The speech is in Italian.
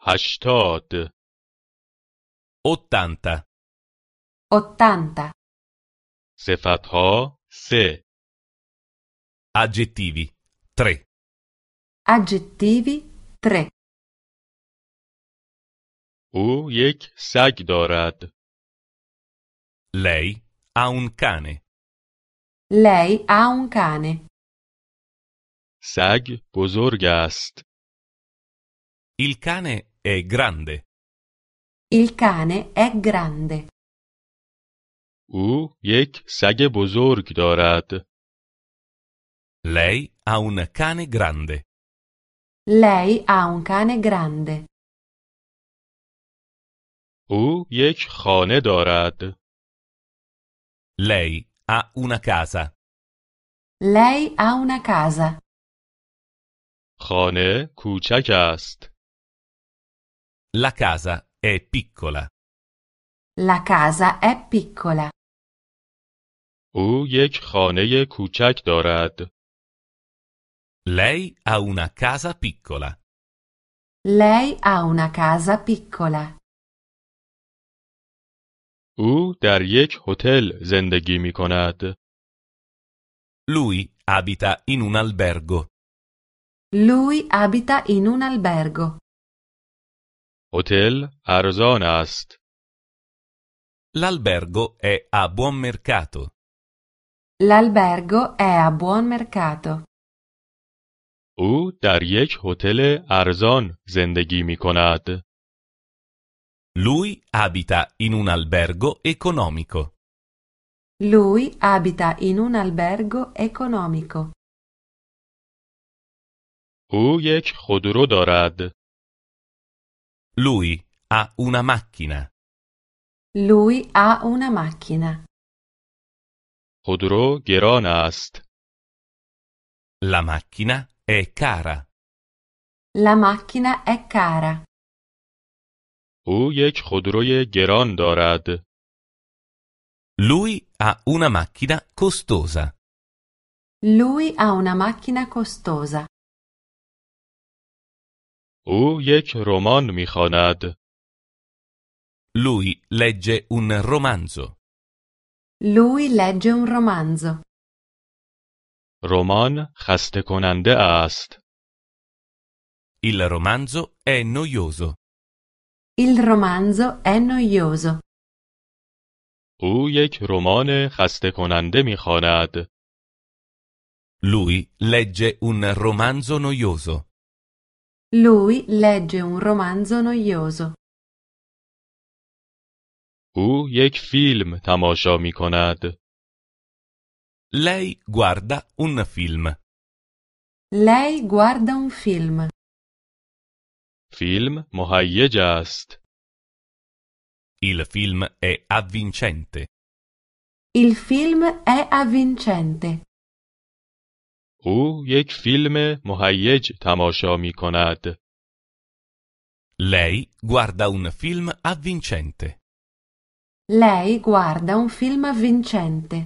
هشتاد 80, 80. صفتها سه aggettivi 3, Aggettivi 3. او یک سگ دارد lei ha un cane, Lei ha un cane. سگ بزرگ است il cane è grande, Il cane è grande. او یک سگ بزرگ دارد lei ha un cane grande, Lei ha un cane grande. او یک خانه دارد lei ha una casa, Lei ha una casa. خانه کوچک است la casa è piccola, La casa è piccola. او یک خانه کوچک دارد lei ha una casa piccola, Lei ha una casa piccola. او در یک هتل زندگی می کند lui abita in un albergo, Lui abita in un albergo. هتل ارزان است l'albergo è a buon mercato, L'albergo è a buon mercato. او در یک هتل ارزان زندگی می کند lui abita in un albergo economico, Lui abita in un albergo economico. او یک خودرو دارد lui ha una macchina. Lui ha una macchina. خودرو گران است La macchina è cara. La macchina è cara. او یک خودروی گران دارد Lui ha una macchina costosa. Lui ha una macchina costosa. او یک رمان می خواند Lui legge un romanzo. Lui legge un romanzo. رمان خسته کننده است Il romanzo è noioso. Il romanzo è noioso. او یک رمان خسته کننده می خواند Lui legge un romanzo noioso. Lui legge un romanzo noioso. او یک فیلم تماشا می کند Lei guarda un film. Lei guarda un film. فیلم مهیج است Il film è avvincente. Il film è avvincente. او یک فیلم مهیج تماشا می کند Lei guarda un film avvincente. Lei guarda un film avvincente.